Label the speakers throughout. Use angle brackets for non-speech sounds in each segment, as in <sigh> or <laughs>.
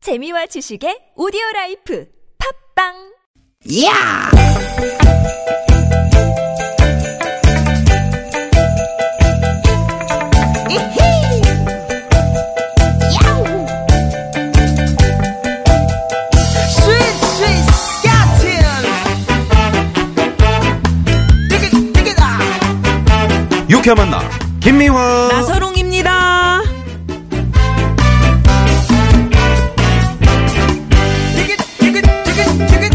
Speaker 1: 재미와 지식의 오디오 라이프 팝빵
Speaker 2: 야! 이히! 야우! 스윗, 스윗, 스카틴! 디귿, 디귿아!
Speaker 3: 유쾌한 만남 김미화
Speaker 4: 나서롱입니다.
Speaker 2: 디귿, 디귿, 디귿, 디귿!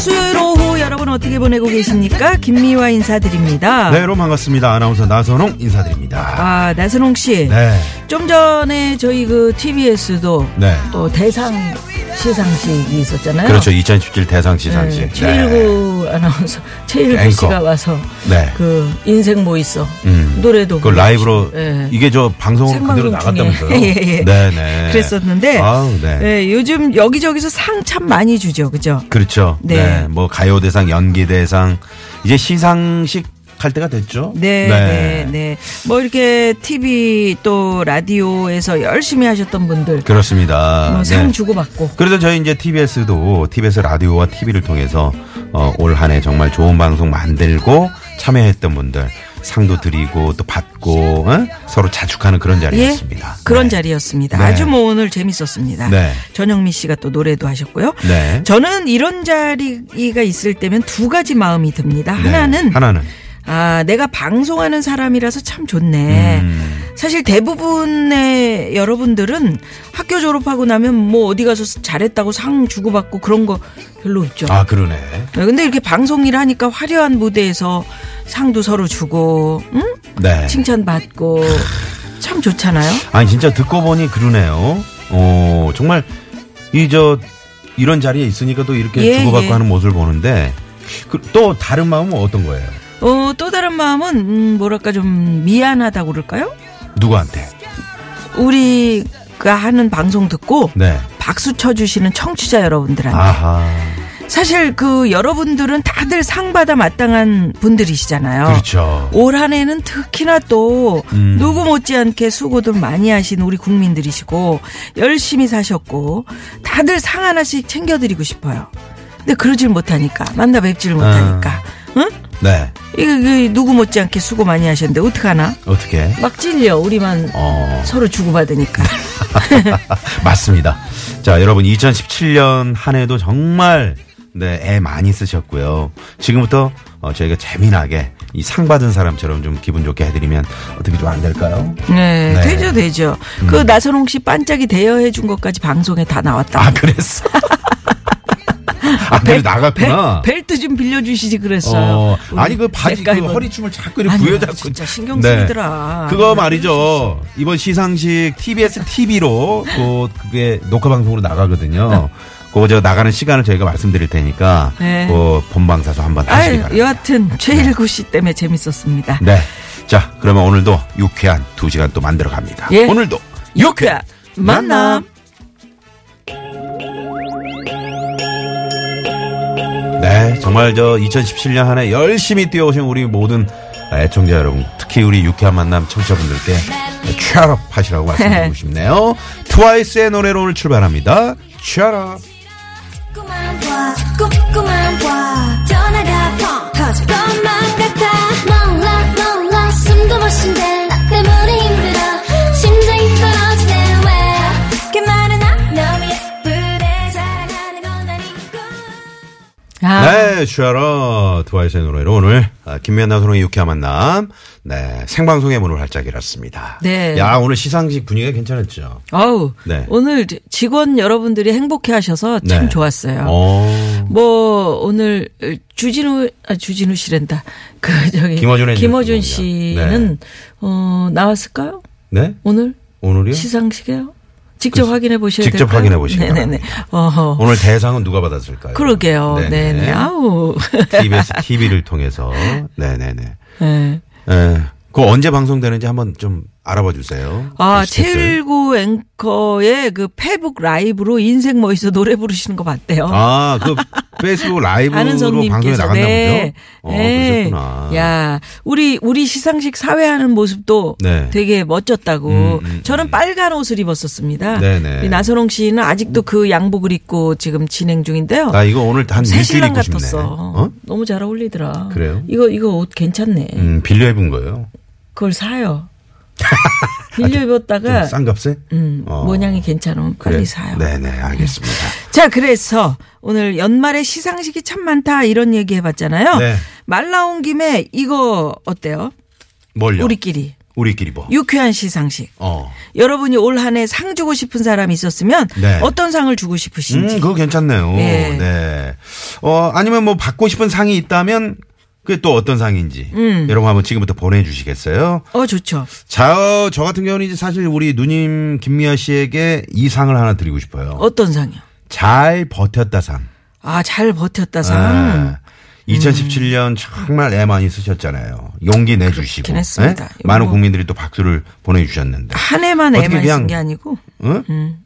Speaker 4: 수요일 오후 여러분 어떻게 보내고 계십니까? 김미화 인사드립니다.
Speaker 3: 네 여러분 반갑습니다 아나운서 나선홍 인사드립니다
Speaker 4: 아, 나선홍 씨.
Speaker 3: 네
Speaker 4: 좀 전에 저희 그 TBS도
Speaker 3: 네.
Speaker 4: 또 대상 시상식이 있었잖아요.
Speaker 3: 그렇죠 2017 대상 시상식 네.
Speaker 4: 최일구 아나운서, 최일구
Speaker 3: 앵커.
Speaker 4: 씨가 와서
Speaker 3: 네.
Speaker 4: 그 인생 뭐 있어.
Speaker 3: 음.
Speaker 4: 노래도.
Speaker 3: 그 라이브로
Speaker 4: 예.
Speaker 3: 이게 저 방송으로 그대로
Speaker 4: 생방송 중에.
Speaker 3: 나갔다면서요
Speaker 4: <laughs> 예, 예.
Speaker 3: 네네
Speaker 4: 그랬었는데
Speaker 3: 아우, 네.
Speaker 4: 예, 요즘 여기저기서 상 참 많이 주죠. 그죠?
Speaker 3: 그렇죠
Speaker 4: 네.
Speaker 3: 네 뭐 가요 대상 연기 대상 이제 시상식 할 때가 됐죠
Speaker 4: 네, 네, 네, 뭐 이렇게 TV 또 라디오에서 열심히 하셨던 분들
Speaker 3: 그렇습니다
Speaker 4: 뭐
Speaker 3: 네.
Speaker 4: 상 주고받고
Speaker 3: 그래서 저희 이제 TBS도 TBS 라디오와 TV를 통해서 어, 올 한 해 정말 좋은 방송 만들고 참여했던 분들 상도 드리고 또 받고 어? 서로 자축하는 그런 자리였습니다.
Speaker 4: 예? 그런
Speaker 3: 네.
Speaker 4: 자리였습니다.
Speaker 3: 네.
Speaker 4: 아주 뭐 오늘 재밌었습니다.
Speaker 3: 네.
Speaker 4: 전영미 씨가 또 노래도 하셨고요.
Speaker 3: 네.
Speaker 4: 저는 이런 자리가 있을 때면 두 가지 마음이 듭니다.
Speaker 3: 네.
Speaker 4: 하나는
Speaker 3: 하나는
Speaker 4: 아 내가 방송하는 사람이라서 참 좋네.
Speaker 3: 음.
Speaker 4: 사실 대부분의 여러분들은 학교 졸업하고 나면 뭐 어디 가서 잘했다고 상 주고받고 그런 거 별로 없죠.
Speaker 3: 아 그러네.
Speaker 4: 네, 근데 이렇게 방송 일 하니까 화려한 무대에서 상도 서로 주고, 응?
Speaker 3: 네.
Speaker 4: 칭찬받고, 참 좋잖아요?
Speaker 3: 아니 진짜 듣고 보니 그러네요. 어 정말 이 저 이런 자리에 있으니까 또 이렇게
Speaker 4: 예,
Speaker 3: 주고받고
Speaker 4: 예.
Speaker 3: 하는 모습을 보는데 그, 또 다른 마음은 어떤 거예요?
Speaker 4: 어, 또 다른 마음은, 음, 뭐랄까 좀 미안하다고 그럴까요?
Speaker 3: 누구한테?
Speaker 4: 우리가 하는 방송 듣고,
Speaker 3: 네.
Speaker 4: 박수 쳐주시는 청취자 여러분들한테.
Speaker 3: 아하.
Speaker 4: 사실 그 여러분들은 다들 상 받아 마땅한 분들이시잖아요.
Speaker 3: 그렇죠.
Speaker 4: 올 한해는 특히나 또
Speaker 3: 음.
Speaker 4: 누구 못지않게 수고들 많이 하신 우리 국민들이시고 열심히 사셨고 다들 상 하나씩 챙겨드리고 싶어요. 근데 그러질 못하니까 만나 뵙질
Speaker 3: 아.
Speaker 4: 못하니까 응?
Speaker 3: 네.
Speaker 4: 이거, 이거 누구 못지않게 수고 많이 하셨는데 어떡하나?
Speaker 3: 어떻게?
Speaker 4: 막 찔려 우리만
Speaker 3: 어. <laughs>
Speaker 4: 서로 주고받으니까
Speaker 3: 맞습니다. 자, 여러분 2017년 한 해도 정말 네, 애 많이 쓰셨고요. 지금부터 어, 저희가 재미나게 이 상 받은 사람처럼 좀 기분 좋게 해드리면 어떻게 좀 안 될까요?
Speaker 4: 네,
Speaker 3: 네.
Speaker 4: 되죠 되죠 그 나선홍 씨 반짝이 대여해 준 것까지 방송에 다 나왔다
Speaker 3: 아, 그랬어. 아, 그래 나갔구나.
Speaker 4: 벨, 트좀 빌려주시지 그랬어요
Speaker 3: 어,
Speaker 4: 우리
Speaker 3: 아니 그 바지 그
Speaker 4: 백가이버.
Speaker 3: 허리춤을 자꾸 이렇게
Speaker 4: 아니요,
Speaker 3: 부여잡고 네.
Speaker 4: 진짜 신경 쓰이더라.
Speaker 3: 그거 말이죠. 이번 시상식 TBS TV로 또 그게 녹화 방송으로 나가거든요. 그거 저 나가는 시간을 저희가 말씀드릴 테니까
Speaker 4: 네.
Speaker 3: 그 본방사수 한번 하시기
Speaker 4: 아유,
Speaker 3: 바랍니다.
Speaker 4: 여하튼 최일구 씨 때문에 재밌었습니다.
Speaker 3: 네. 자, 그러면 오늘도 유쾌한 두 시간 또 만들어 갑니다.
Speaker 4: 예.
Speaker 3: 오늘도 유쾌한
Speaker 4: 만남.
Speaker 3: 네, 정말 저 2017년 한 해 열심히 뛰어오신 우리 모든 애청자 여러분, 특히 우리 유쾌한 만남 청취자분들께 취업 하시라고
Speaker 4: <laughs>
Speaker 3: 말씀드리고 싶네요. 트와이스의 노래로 오늘 출발합니다. 취업.
Speaker 5: 꿈만 봐, 꿈꿈만 봐. 전화가 펑 터질 것만 같아. 몰라, 몰라, 숨도 못 쉰대. 나 때문에 힘들어. 심장이 떨어지네, 왜? 그 말은 나 너무 예쁘대. 사랑하는 건 아니고.
Speaker 4: 아,
Speaker 3: 네, 취하러 트와이스의 노래로 오늘 아, 김미연나 소롱의 유쾌한 만남. 네, 생방송의 문을 활짝 열었습니다.
Speaker 4: 네.
Speaker 3: 야, 오늘 시상식 분위기가 괜찮았죠.
Speaker 4: 어우,
Speaker 3: 네.
Speaker 4: 오늘 직원 여러분들이 행복해 하셔서 참
Speaker 3: 네.
Speaker 4: 좋았어요.
Speaker 3: 어.
Speaker 4: 뭐, 오늘, 주진우, 아, 주진우 씨랜다. 그, 저기.
Speaker 3: 김어준 엔지니어
Speaker 4: 김어준
Speaker 3: 분이요.
Speaker 4: 씨는, 어, 나왔을까요?
Speaker 3: 네?
Speaker 4: 오늘?
Speaker 3: 오늘이요?
Speaker 4: 시상식에요? 직접
Speaker 3: 그,
Speaker 4: 확인해 보셔야
Speaker 3: 직접
Speaker 4: 될까요?
Speaker 3: 확인해 보시기
Speaker 4: 네네네.
Speaker 3: 바랍니다.
Speaker 4: 어허.
Speaker 3: 오늘 대상은 누가 받았을까요?
Speaker 4: 그러게요. 네네.
Speaker 3: 네네.
Speaker 4: 아우. <laughs>
Speaker 3: TBS TV를 통해서. 네네네.
Speaker 4: 네.
Speaker 3: 예. 그거 언제 방송되는지 한번 좀 알아봐 주세요.
Speaker 4: 아,
Speaker 3: 그 시댁들.
Speaker 4: 최일구 앵커의 그 페북 라이브로 인생 뭐 멋있어 노래 부르시는 거 봤대요.
Speaker 3: 아, 그 페이스북 라이브로 방송에 나갔나
Speaker 4: 네.
Speaker 3: 보죠. 어,
Speaker 4: 네.
Speaker 3: 그러셨구나.
Speaker 4: 야, 우리 우리 시상식 사회하는 모습도
Speaker 3: 네.
Speaker 4: 되게 멋졌다고.
Speaker 3: 음, 음,
Speaker 4: 저는 빨간 옷을 입었었습니다.
Speaker 3: 네네. 음.
Speaker 4: 우리 나선홍 씨는 아직도 그 양복을 입고 지금 진행 중인데요.
Speaker 3: 나 이거 오늘 한
Speaker 4: 새
Speaker 3: 일주일
Speaker 4: 신랑
Speaker 3: 입고 싶네.
Speaker 4: 같았어.
Speaker 3: 어?
Speaker 4: 너무 잘 어울리더라.
Speaker 3: 그래요?
Speaker 4: 이거 이거 옷 괜찮네.
Speaker 3: 음, 빌려 입은 거예요. <laughs>
Speaker 4: 그걸 사요. 빌려
Speaker 3: 좀
Speaker 4: 입었다가
Speaker 3: 싼 값에?
Speaker 4: 네. 음,
Speaker 3: 어.
Speaker 4: 모양이 괜찮으면
Speaker 3: 그래.
Speaker 4: 빨리 사요.
Speaker 3: 네네, 알겠습니다.
Speaker 4: 자, 그래서 오늘 연말에 시상식이 참 많다 이런 얘기 해봤잖아요.
Speaker 3: 네.
Speaker 4: 말 나온 김에 이거 어때요?
Speaker 3: 뭘요?
Speaker 4: 우리끼리
Speaker 3: 우리끼리 뭐.
Speaker 4: 유쾌한 시상식.
Speaker 3: 어.
Speaker 4: 여러분이 올 한 해 상 주고 싶은 사람이 있었으면
Speaker 3: 네.
Speaker 4: 어떤 상을 주고
Speaker 3: 음,
Speaker 4: 싶으신지.
Speaker 3: 그거 괜찮네요.
Speaker 4: 예.
Speaker 3: 네. 어, 아니면 뭐 받고 싶은 상이 있다면 그게 또 어떤 상인지
Speaker 4: 음.
Speaker 3: 여러분 한번 지금부터 보내주시겠어요?
Speaker 4: 어 좋죠.
Speaker 3: 자, 어, 저 같은 경우는 이제 사실 우리 누님 김미아 씨에게 이 상을 하나 드리고 싶어요.
Speaker 4: 어떤 상이요?
Speaker 3: 잘 버텼다 상.
Speaker 4: 아 잘 버텼다
Speaker 3: 아.
Speaker 4: 상.
Speaker 3: 2017년 정말 애 많이 쓰셨잖아요. 용기 내주시고.
Speaker 4: 그렇긴 했습니다. 아.
Speaker 3: 예? 많은
Speaker 4: 요거-
Speaker 3: 국민들이 또 박수를 보내주셨는데.
Speaker 4: 한 해만
Speaker 3: 어떻게
Speaker 4: 애만
Speaker 3: 그냥-
Speaker 4: 쓴 게 아니고
Speaker 3: 응?
Speaker 4: 음.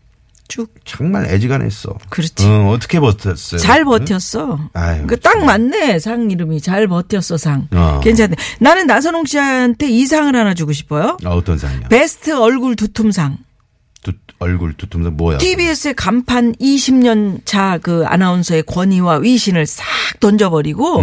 Speaker 4: 쭉
Speaker 3: 정말 애지간했어.
Speaker 4: 그렇지.
Speaker 3: 응, 어떻게 버텼어요?
Speaker 4: 잘 버텼어.
Speaker 3: 네. 아유,
Speaker 4: 그 딱 맞네 상 이름이 잘 버텼어 상.
Speaker 3: 어.
Speaker 4: 괜찮네. 나는 나선홍 씨한테 이 상을 하나 주고 싶어요.
Speaker 3: 응? 아, 어떤 상이요?
Speaker 4: 베스트 얼굴 두툼상.
Speaker 3: 두, 얼굴 두툼서 뭐야?
Speaker 4: TBS의 간판 20년 차 그 아나운서의 권위와 위신을 싹 던져버리고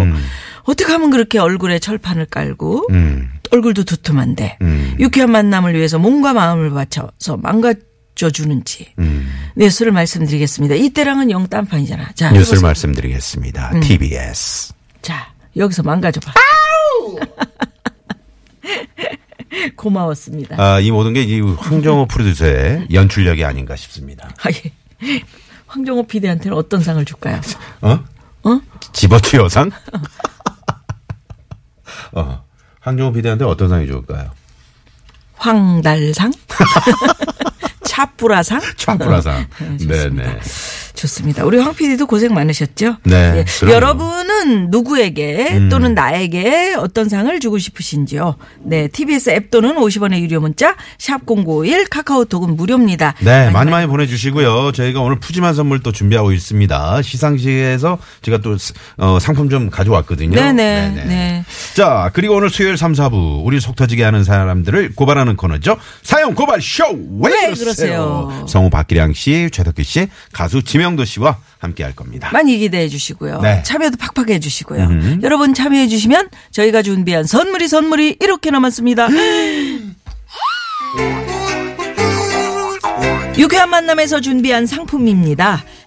Speaker 4: 어떻게 하면 그렇게 얼굴에 철판을 깔고
Speaker 3: 음.
Speaker 4: 얼굴도 두툼한데
Speaker 3: 음.
Speaker 4: 유쾌한 만남을 위해서 몸과 마음을 바쳐서 망가져 주는지
Speaker 3: 음.
Speaker 4: 뉴스를 말씀드리겠습니다. 이때랑은 영 딴판이잖아. 자,
Speaker 3: 뉴스를
Speaker 4: 여기서-
Speaker 3: 말씀드리겠습니다.
Speaker 4: 음.
Speaker 3: TBS.
Speaker 4: 자 여기서 망가져봐. <laughs> 고마웠습니다.
Speaker 3: 아, 이 모든 게 이 황정호 프로듀서의 연출력이 아닌가 싶습니다.
Speaker 4: 아, 예. 황정호 PD한테는 어떤 상을 줄까요?
Speaker 3: 어?
Speaker 4: 어?
Speaker 3: 집어치 여상? <laughs> 어. 황정호 PD한테 어떤 상이 좋을까요?
Speaker 4: 황달상? <laughs> 차뿌라상?
Speaker 3: 차프라상.
Speaker 4: 좋습니다.
Speaker 3: 네네.
Speaker 4: 좋습니다. 우리 황 PD도 고생 많으셨죠? 예.
Speaker 3: 네, 그럼요. 음.
Speaker 4: 여러분은 누구에게 또는 나에게 어떤 상을 주고 싶으신지요? 네. TBS 앱 또는 50원의 유료 문자, 샵0951 카카오톡은 무료입니다.
Speaker 3: 네, 많이 많이 보내주시고요. 저희가 오늘 푸짐한 선물 또 준비하고 있습니다. 시상식에서 제가 또 스- 어, 상품 좀 가져왔거든요.
Speaker 4: 네네, 네.
Speaker 3: 자, 그리고 오늘 수요일 3, 4부 우리 속 터지게 하는 사람들을 고발하는 코너죠. 사연 고발 쇼! 왜,
Speaker 4: 왜
Speaker 3: 그러세요?
Speaker 4: 그러세요?
Speaker 3: 성우 박기량 씨, 최덕규 씨, 가수 지명도 씨와 함께 할 겁니다.
Speaker 4: 많이 기대해 주시고요.
Speaker 3: 네.
Speaker 4: 참여도 팍팍 해 주시고요. 여러분 참여해 주시면 저희가 준비한 선물이 선물이 이렇게 남았습니다. <gasps> 유쾌한 만남에서 준비한 상품입니다.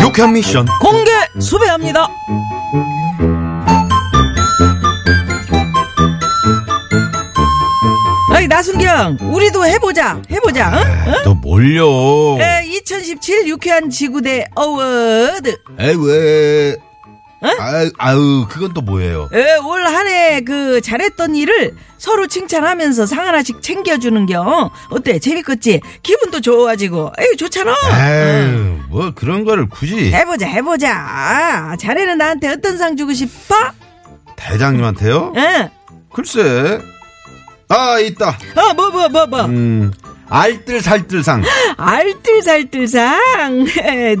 Speaker 3: 유쾌한 미션
Speaker 4: 공개 수배합니다 아이 나순경 우리도 해보자 해보자 응?
Speaker 3: 아,
Speaker 4: 예,
Speaker 3: 너 몰려 네.
Speaker 4: 에, 2017 유쾌한 지구대 어워드.
Speaker 3: 에이 왜
Speaker 4: 어?
Speaker 3: 아유, 아유, 그건 또 뭐예요?
Speaker 4: 예, 올 한 해 그 잘했던 일을 서로 칭찬하면서 상 하나씩 챙겨주는 겨. 어때? 재밌겠지? 기분도 좋아지고. 에이, 좋잖아.
Speaker 3: 에휴, 뭐 그런 거를 굳이
Speaker 4: 해보자, 해보자. 아, 자네는 나한테 어떤 상 주고 싶어?
Speaker 3: 대장님한테요?
Speaker 4: 응.
Speaker 3: 글쎄. 아, 있다.
Speaker 4: 어, 뭐, 뭐, 뭐, 뭐.
Speaker 3: 음, 알뜰살뜰상.
Speaker 4: 알뜰살뜰상.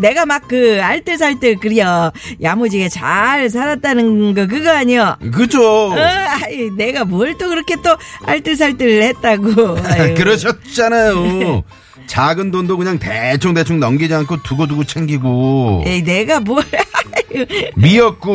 Speaker 4: <laughs> 내가 막 그 알뜰살뜰 그려. 야무지게 잘 살았다는 거 그거 아니여.
Speaker 3: 그죠?
Speaker 4: 어, 아이, 내가 뭘 또 그렇게 또 알뜰살뜰 <laughs> 했다고.
Speaker 3: <laughs>
Speaker 4: 아유.
Speaker 3: 그러셨잖아요. 작은 돈도 그냥 대충대충 넘기지 않고 두고두고 챙기고.
Speaker 4: 에이, 예, 내가 뭘. <laughs> 아유.
Speaker 3: 미역국.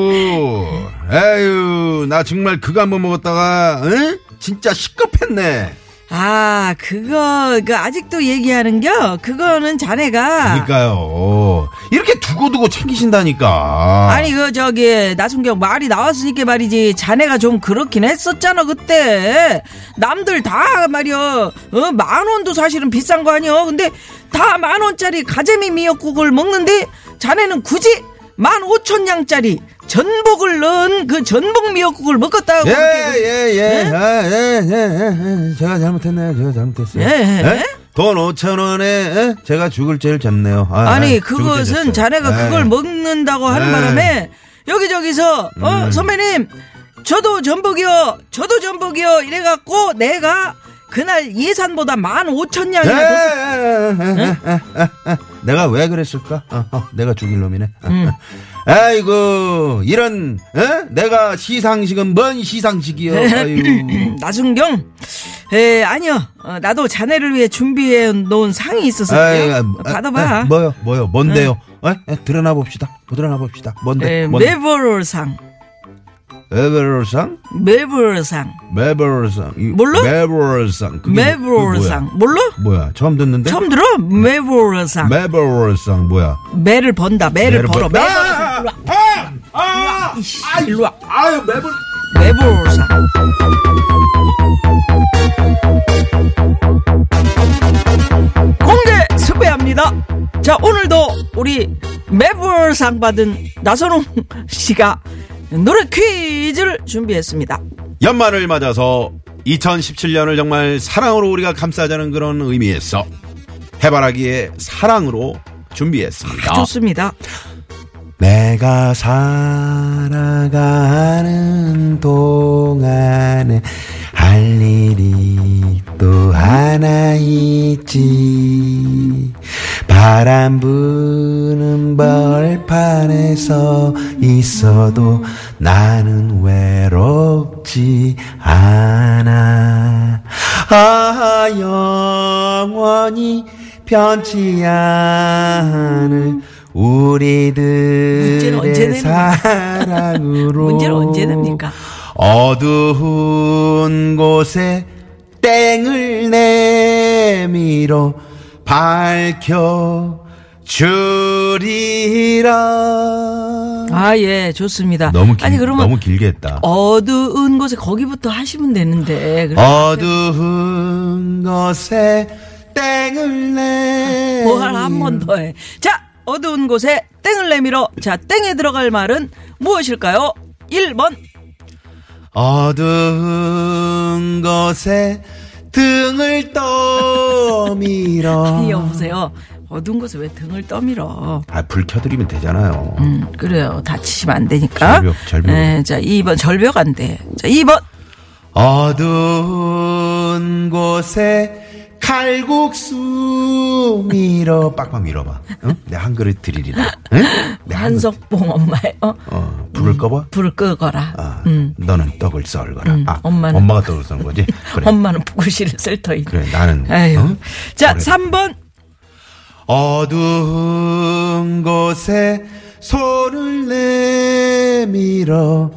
Speaker 3: 에휴, 나 정말 그거 한 번 먹었다가, 응? 진짜 식겁했네.
Speaker 4: 아, 그거, 그, 아직도 얘기하는 겨? 그거는 자네가.
Speaker 3: 그러니까요. 이렇게 두고두고 챙기신다니까.
Speaker 4: 아니, 그, 저기, 나순경 말이 나왔으니까 말이지. 자네가 좀 그렇긴 했었잖아, 그때. 남들 다 말이여. 어, 만 원도 사실은 비싼 거 아니여. 근데 다 만 원짜리 가재미 미역국을 먹는데 자네는 굳이 만 오천 양짜리 전복을 넣은 그 전복 미역국을 먹었다고.
Speaker 3: 예,
Speaker 4: 그렇게
Speaker 3: 예, 예. 아, 예, 예, 예, 예. 제가 잘못했네요. 제가 잘못했어요.
Speaker 4: 예, 예.
Speaker 3: 돈 5천 원에 예? 제가 죽을 죄를 졌네요. 아,
Speaker 4: 아니
Speaker 3: 아, 죽을 죄를
Speaker 4: 그것은
Speaker 3: 졌어요.
Speaker 4: 자네가
Speaker 3: 예.
Speaker 4: 그걸 먹는다고 하는
Speaker 3: 네. 음.
Speaker 4: 바람에 여기저기서 어 선배님 저도 전복이요 저도 전복이요 이래갖고 내가 그날 예산보다 만 오천
Speaker 3: 예,
Speaker 4: 양이나 더
Speaker 3: 예, 예, 예, 예, 예, 예. 내가 왜 그랬을까? 어, 어, 내가 죽일 놈이네.
Speaker 4: 음.
Speaker 3: <laughs> 아이고 이런 예? 내가 시상식은 뭔
Speaker 4: <laughs>
Speaker 3: 시상식이요? 아유.
Speaker 4: 음, 나순경 에 아니요 어, 나도 자네를 위해 준비해 놓은 상이
Speaker 3: 아이,
Speaker 4: 있었어요
Speaker 3: 아, 아,
Speaker 4: 받아봐
Speaker 3: 아, 뭐요? 뭐요? 뭔데요? 에? 에, 드러나 봅시다. 드러나 봅시다. 뭔데?
Speaker 4: 에,
Speaker 3: 뭔데?
Speaker 4: 메버럴상
Speaker 3: 에베로상?
Speaker 4: 메버럴상
Speaker 3: 메버럴상. 이-
Speaker 4: 뭘로?
Speaker 3: 메버럴상. 그게 뭐- 그게 뭐야? 네.
Speaker 4: 메버럴상 몰라
Speaker 3: 뭐야? 처음 듣는데?
Speaker 4: 처음 들어 메버럴상
Speaker 3: 메버럴상 뭐야?
Speaker 4: 매를 번다 매를
Speaker 3: 매를
Speaker 4: 벌어
Speaker 3: 번- 아!
Speaker 4: 메버럴상 일로 와.
Speaker 3: 아! 아!
Speaker 4: 이씨, 일로 와
Speaker 3: 아유 메버
Speaker 4: 메버럴상 공개 수배합니다. 자, 오늘도 우리 매불상 받은 나선홍 <laughs> 씨가 노래 퀴즈를 준비했습니다.
Speaker 3: 연말을 맞아서 2017년을 정말 사랑으로 우리가 감싸자는 그런 의미에서 해바라기의 사랑으로 준비했습니다.
Speaker 4: 아, 좋습니다.
Speaker 3: 내가 살아가는 동안에 할 일이 또 하나 있지. 바람 부는 벌판에서 있어도 나는 외롭지 않아. 아, 영원히 변치 않을
Speaker 4: 문제는 언제
Speaker 3: 우리들의
Speaker 4: 내는 거야?
Speaker 3: 사랑으로
Speaker 4: 문제는 언제 냅니까?
Speaker 3: 어두운 곳에 땡을 내밀어 밝혀 주리라.
Speaker 4: 아, 예, 좋습니다.
Speaker 3: 너무 길,
Speaker 4: 아니, 그러면
Speaker 3: 너무 길게 했다.
Speaker 4: 어두운 곳에 거기부터 하시면 되는데.
Speaker 3: 아.
Speaker 4: 그럼
Speaker 3: 어두운 곳에 땡을 내.
Speaker 4: 뭘한뭐번 더 해. 자, 어두운 곳에 땡을 내밀어. 자, 땡에 들어갈 말은 무엇일까요? 1번,
Speaker 3: 어두운 곳에 등을
Speaker 4: <laughs>
Speaker 3: 떠밀어.
Speaker 4: 아니, 여보세요. 어두운 곳에 왜 등을 떠밀어?
Speaker 3: 아, 불 켜드리면 되잖아요.
Speaker 4: 음, 그래요. 다치시면 안 되니까.
Speaker 3: 절벽, 절벽.
Speaker 4: 네, 자, 2번, 절벽 안 돼. 자, 2번.
Speaker 3: 어두운 곳에 칼국수 밀어. 빡빡 밀어봐. 응? 내한 그릇 드리리다. 응? 네, 내한
Speaker 4: 한석봉 엄마의, 어,
Speaker 3: 그릇. 어, 불을 꺼봐.
Speaker 4: 불을 끄거라.
Speaker 3: 아, 너는 떡을 썰거라. 아,
Speaker 4: 음. 엄마는-
Speaker 3: 엄마가 떡을 썰는 거지? 그래.
Speaker 4: 엄마는 부글씨를 쓸 터인.
Speaker 3: 그래, 나는.
Speaker 4: 아유.
Speaker 3: 응?
Speaker 4: 자,
Speaker 3: 그래.
Speaker 4: 3번.
Speaker 3: 어두운 곳에 손을 내밀어.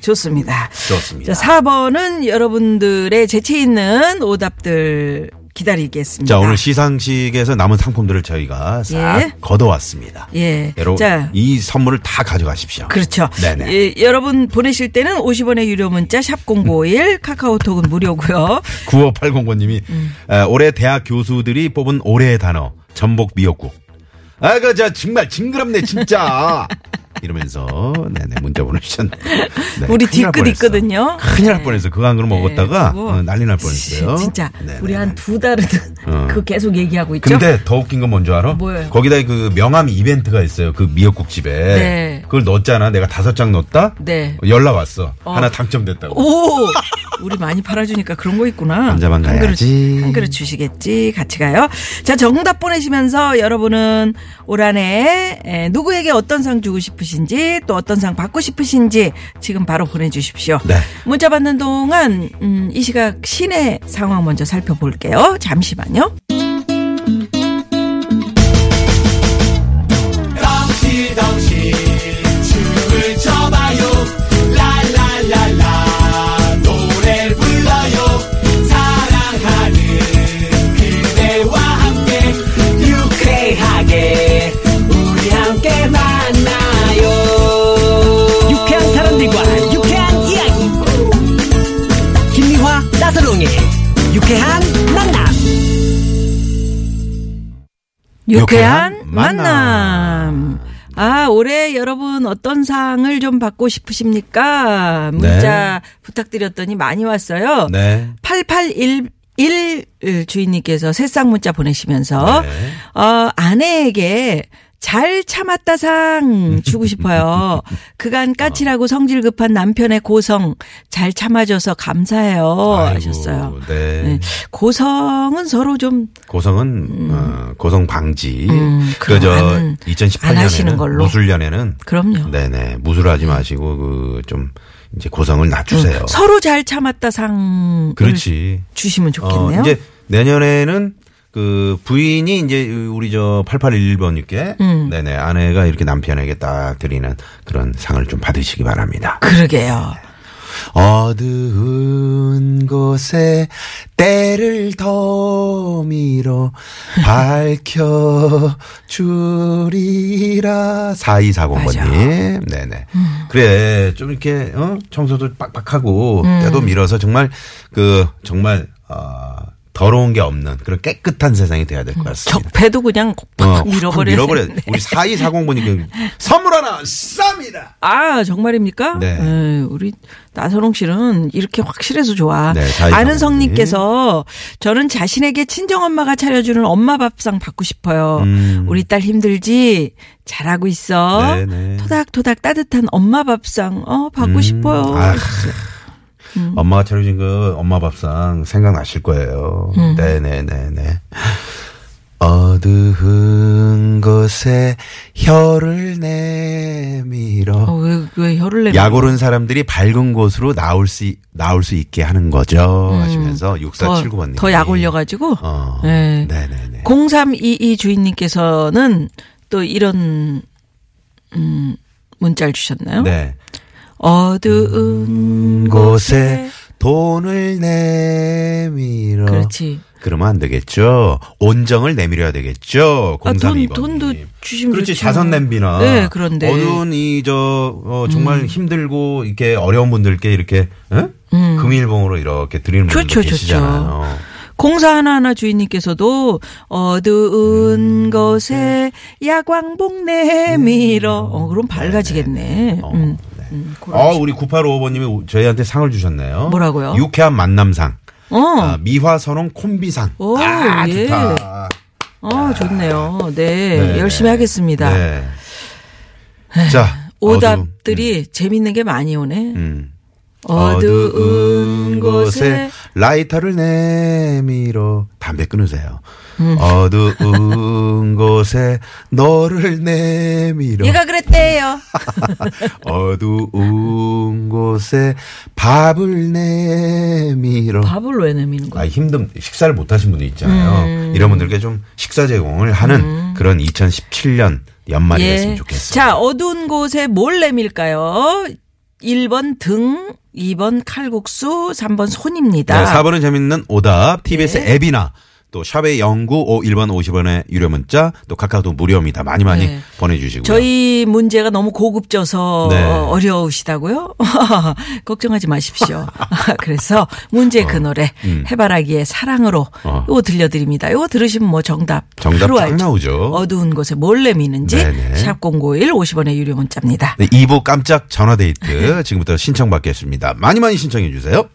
Speaker 4: 좋습니다.
Speaker 3: 좋습니다.
Speaker 4: 자, 4번은 여러분들의 재치 있는 오답들 기다리겠습니다.
Speaker 3: 자, 오늘 시상식에서 남은 상품들을 저희가 싹
Speaker 4: 아. 예.
Speaker 3: 걷어왔습니다.
Speaker 4: 예.
Speaker 3: 여러분,
Speaker 4: 자.
Speaker 3: 이 선물을 다 가져가십시오.
Speaker 4: 그렇죠.
Speaker 3: 네네.
Speaker 4: 예, 여러분 보내실 때는 50원의 유료 문자 샵 #051 카카오톡은 무료고요.
Speaker 3: 9580번님이
Speaker 4: 음.
Speaker 3: 올해 대학 교수들이 뽑은 아, 그,
Speaker 4: <laughs>
Speaker 3: 올해의 단어 전복 미역국. 아그 저 정말 징그럽네 진짜. 이러면서 네네 문자 보내주셨네요. 네,
Speaker 4: 우리
Speaker 3: 큰일 날
Speaker 4: 뒷끝
Speaker 3: 뻔했어.
Speaker 4: 있거든요.
Speaker 3: 큰일 날
Speaker 4: 네.
Speaker 3: 뻔했어. 그거 안 그러면 먹었다가
Speaker 4: 그거
Speaker 3: 어, 난리 날 뻔했어요.
Speaker 4: <laughs> 진짜
Speaker 3: 네네네.
Speaker 4: 우리 한 두 달은
Speaker 3: 어.
Speaker 4: <laughs> 그거 계속 얘기하고 있죠.
Speaker 3: 근데 더 웃긴 건 뭔지 알아?
Speaker 4: 뭐예요?
Speaker 3: 거기다 그 명함 이벤트가 있어요. 그 미역국 집에.
Speaker 4: 네.
Speaker 3: 그걸 넣었잖아. 내가 다섯 장 넣었다?
Speaker 4: 네.
Speaker 3: 연락 왔어. 하나 당첨됐다고.
Speaker 4: 오, 우리 많이 팔아주니까 그런 거 있구나.
Speaker 3: 혼자만
Speaker 4: 한 그릇,
Speaker 3: 가야지.
Speaker 4: 한 그릇 주시겠지. 같이 가요. 자, 정답 보내시면서 여러분은 올한해 누구에게 어떤 상 주고 싶으신지 또 어떤 상 받고 싶으신지 지금 바로 보내주십시오.
Speaker 3: 네.
Speaker 4: 문자 받는 동안 음, 이 시각 시내 상황 먼저 살펴볼게요. 잠시만요.
Speaker 6: 유쾌한 사람들과 유쾌한 이야기 김미화 나서롱의 유쾌한 만남
Speaker 4: 유쾌한
Speaker 3: 유쾌한
Speaker 4: 만남. 아, 올해 여러분 어떤 상을 좀 받고 싶으십니까? 문자 부탁드렸더니 많이 왔어요.
Speaker 3: 네.
Speaker 4: 8811 주인님께서 새싹 문자
Speaker 3: 네.
Speaker 4: 보내시면서, 어, 아내에게 잘 참았다 상 주고
Speaker 3: <laughs>
Speaker 4: 싶어요.
Speaker 3: 아.
Speaker 4: 그간 까칠하고 성질 급한 남편의 고성 잘 참아줘서 감사해요.
Speaker 3: 아이고,
Speaker 4: 하셨어요.
Speaker 3: 네.
Speaker 4: 네. 고성은 서로 좀
Speaker 3: 고성은 어, 고성 방지.
Speaker 4: 음, 그럼
Speaker 3: 그저
Speaker 4: 안- 안
Speaker 3: 2018년에는
Speaker 4: 하시는 걸로. 어.
Speaker 3: 무술년에는
Speaker 4: 그럼요.
Speaker 3: 네네 무술하지 마시고 그 좀 이제 고성을 낮추세요.
Speaker 4: 응. 음. 서로 잘 참았다 상
Speaker 3: 그렇지.
Speaker 4: 주시면 좋겠네요.
Speaker 3: 어, 이제 내년에는 그 부인이 이제 우리 저 8811번님께
Speaker 4: 음.
Speaker 3: 네네 아내가 이렇게 남편에게 딱 드리는 그런 상을 좀 받으시기 바랍니다.
Speaker 4: 그러게요.
Speaker 3: 어두운 곳에 때를 더미로 밝혀 주리라 4240번님 네네
Speaker 4: 음.
Speaker 3: 그래 좀 이렇게 어? 청소도 빡빡하고
Speaker 4: 음.
Speaker 3: 때도 밀어서 정말 그 정말 어, 더러운 게 없는 그런 깨끗한 세상이 돼야 될 것 같습니다.
Speaker 4: 음. 격패도 그냥
Speaker 3: 어,
Speaker 4: 팍 밀어버려.
Speaker 3: 밀어버려. 우리 4240번님 선물 하나 쌉니다.
Speaker 4: <laughs> 아 정말입니까?
Speaker 3: 네.
Speaker 4: 에이, 우리 나선홍 씨는 이렇게 확실해서 좋아.
Speaker 3: 네, 자의적으로.
Speaker 4: 아는성님께서 저는 자신에게 친정 엄마가 차려주는 엄마 밥상 받고 싶어요. 우리 딸 힘들지 잘하고 있어.
Speaker 3: 음. 네, 네.
Speaker 4: 토닥토닥 따뜻한 엄마 밥상 어 받고 싶어요. 음.
Speaker 3: 아, 엄마가 차려준 그 엄마 밥상 생각나실 거예요.
Speaker 4: 음.
Speaker 3: 네네네네. 어두운 곳에 혀를 내밀어.
Speaker 4: 왜왜 혀를 내밀어?
Speaker 3: 약오른 사람들이 밝은 곳으로 나올 수, 나올 수 있게 하는 거죠. 하시면서 6479번님.
Speaker 4: 음. 더 약 올려가지고.
Speaker 3: 어.
Speaker 4: 네.
Speaker 3: 네네네.
Speaker 4: 0322 주인님께서는 또 이런 음 문자를 주셨나요?
Speaker 3: 네. 음,
Speaker 4: 어두운
Speaker 3: 곳에 돈을 내밀어.
Speaker 4: 그렇지.
Speaker 3: 그러면 안 되겠죠. 온정을 내밀어야 되겠죠.
Speaker 4: 아, 돈
Speaker 3: 032번.
Speaker 4: 돈도 주시면
Speaker 3: 그렇지
Speaker 4: 좋죠.
Speaker 3: 자선 냄비나
Speaker 4: 네, 그런데.
Speaker 3: 어두운 이저 어, 정말 힘들고 이렇게 어려운 분들께 이렇게 응? 금일봉으로 이렇게 드리는 분들
Speaker 4: 좋죠, 좋죠.
Speaker 3: 계시잖아요.
Speaker 4: 공사 하나하나 주인님께서도 어두운
Speaker 3: 음,
Speaker 4: 곳에
Speaker 3: 네.
Speaker 4: 야광봉 내밀어. 어, 그럼 밝아지겠네.
Speaker 3: 어,
Speaker 4: 음.
Speaker 3: 음, 네.
Speaker 4: 음, 그런
Speaker 3: 어, 우리 9855번님이 저희한테 상을 주셨네요.
Speaker 4: 뭐라고요?
Speaker 3: 유쾌한 만남상.
Speaker 4: 어.
Speaker 3: 아, 미화선홍 콤비상.
Speaker 4: 오,
Speaker 3: 아,
Speaker 4: 예.
Speaker 3: 좋다.
Speaker 4: 어, 좋네요. 네,
Speaker 3: 아, 네.
Speaker 4: 열심히 하겠습니다.
Speaker 3: 네. 자, 어두운-
Speaker 4: 오답들이 재밌는 게 많이 오네.
Speaker 3: 음.
Speaker 4: 어두운 곳에
Speaker 3: 라이터를 내밀어 담배 끊으세요.
Speaker 4: 음. <laughs>
Speaker 3: 어두운 곳에 너를 내밀어
Speaker 4: 얘가 그랬대요.
Speaker 3: 어두운 곳에 밥을 내밀어
Speaker 4: 밥을 왜 내미는 거야?
Speaker 3: 아 힘든 식사를 못 하신 분들 있잖아요.
Speaker 4: 음.
Speaker 3: 이런 분들께 좀 식사 제공을 하는 그런 2017년 연말이 됐으면 좋겠어요.
Speaker 4: 예. 자, 어두운 곳에 뭘 내밀까요? 1번 등, 2번 칼국수, 3번 손입니다. 예.
Speaker 3: 네, 4번은 재밌는 오답. TBS 앱이나 또 샵의 0951번 50원의 유료 문자 또 카카오도 무료입니다. 많이 많이
Speaker 4: 네.
Speaker 3: 보내주시고요.
Speaker 4: 저희 문제가 너무 고급져서
Speaker 3: 네.
Speaker 4: 어려우시다고요? <laughs> 걱정하지 마십시오. <laughs> 그래서 문제 그 노래 해바라기의 사랑으로
Speaker 3: 음. 어.
Speaker 4: 이거 들려드립니다. 이거 들으시면 뭐 정답
Speaker 3: 정답
Speaker 4: 바로
Speaker 3: 딱
Speaker 4: 알죠.
Speaker 3: 나오죠.
Speaker 4: 어두운 곳에 몰래 미는지
Speaker 3: 네네.
Speaker 4: 샵 #051 50원의 유료 문자입니다.
Speaker 3: 네, 2부 깜짝 전화데이트 지금부터 신청받겠습니다. 많이 많이 신청해 주세요.